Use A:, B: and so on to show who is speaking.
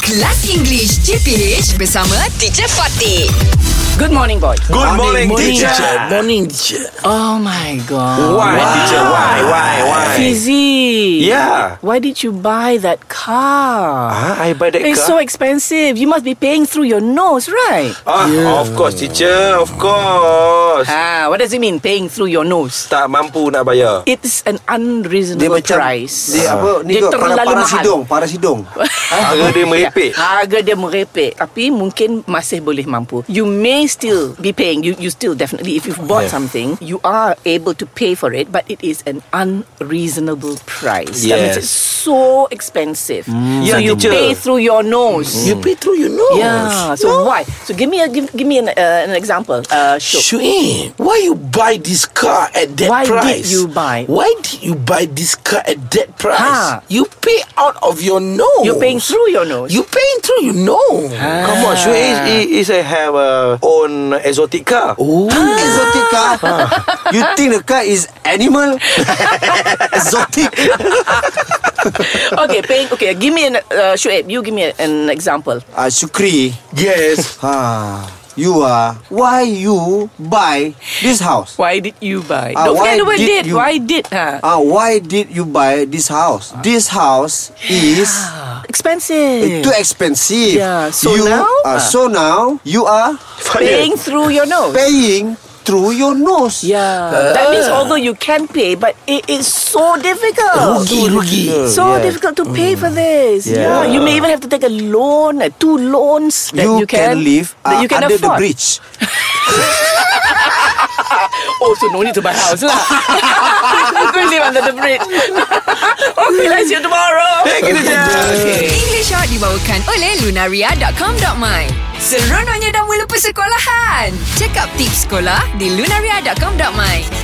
A: Kelas English CPH bersama Teacher Fatih.
B: Good morning, boy.
C: Good morning, teacher.
D: Morning teacher
B: Oh my god.
C: Why, teacher? Why, why, why?
B: Fizzy.
C: Yeah.
B: Why did you buy that car?
C: Ah, I buy that
B: It's Eh, so
C: car.
B: expensive. You must be paying through your nose, right?
C: ah, Of course, teacher. Of course.
B: Ah, what does it mean paying through your nose?
C: Tak mampu nak bayar.
B: It's an unreasonable
D: Dia macam
B: price. Ah.
D: Dia apa ni
B: Dia
D: ke
B: terlalu
D: Para
B: mahal.
D: sidung Para sidung
C: Harga dia merepek.
B: Harga dia merepek Tapi mungkin masih boleh mampu You may still be paying You you still definitely If you've bought
C: Yeah.
B: something You are able to pay for it But it is an unreasonable price That means
C: Yes.
B: it's so expensive So
C: Yeah,
B: you
C: teacher.
B: pay through your nose
E: Mm. Hmm.
D: You pay through your nose
B: Yeah So why? So give me a, give, give me an, uh, an example uh, Syuk.
D: Shuin, why you buy this car at that
B: Why did
D: price?
B: you buy?
D: Why did you buy this car at that price?
B: Ha.
D: You pay out of your nose.
B: You're paying through Ha. your nose
D: You paying through your nose.
C: Come on, so is is I have a own exotic car.
D: Oh,
E: Exotic car
B: Ha.
E: You think the car is animal Exotic
B: Okay paying Okay give me an uh, Shuib You give me an example
E: uh, Shukri
D: yes.
E: uh, You are Why you buy this house
B: Why did you buy?
E: Ah,
B: Don't forget
E: why
B: the word
E: did
B: did.
E: you-
B: Why did? Huh?
E: uh, Why did you buy this house
B: Ah.
E: This house is
B: Expensive.
E: Too expensive
B: Yeah, so
E: you,
B: now? Ah. Oh.
E: uh, So now You are
B: Paying through your nose.
E: Paying Through your nose
B: Yeah.
E: Uh.
B: that means although you can pay, but it is so difficult.
D: Rugi, rugi.
B: So difficult to pay for
E: Mm.
B: this. Yeah. You may even have to take a loan, uh, two loans that you,
E: You, can, live
B: that
E: uh,
B: you can
E: Under
B: afford.
E: the bridge
B: Oh, so no need to buy house lah. you can live under the bridge. okay, let's see you tomorrow. Eh.
A: English Hot dibawakan oleh Lunaria.com.my Seronoknya dah mula persekolahan. Check up tips sekolah di Lunaria.com.my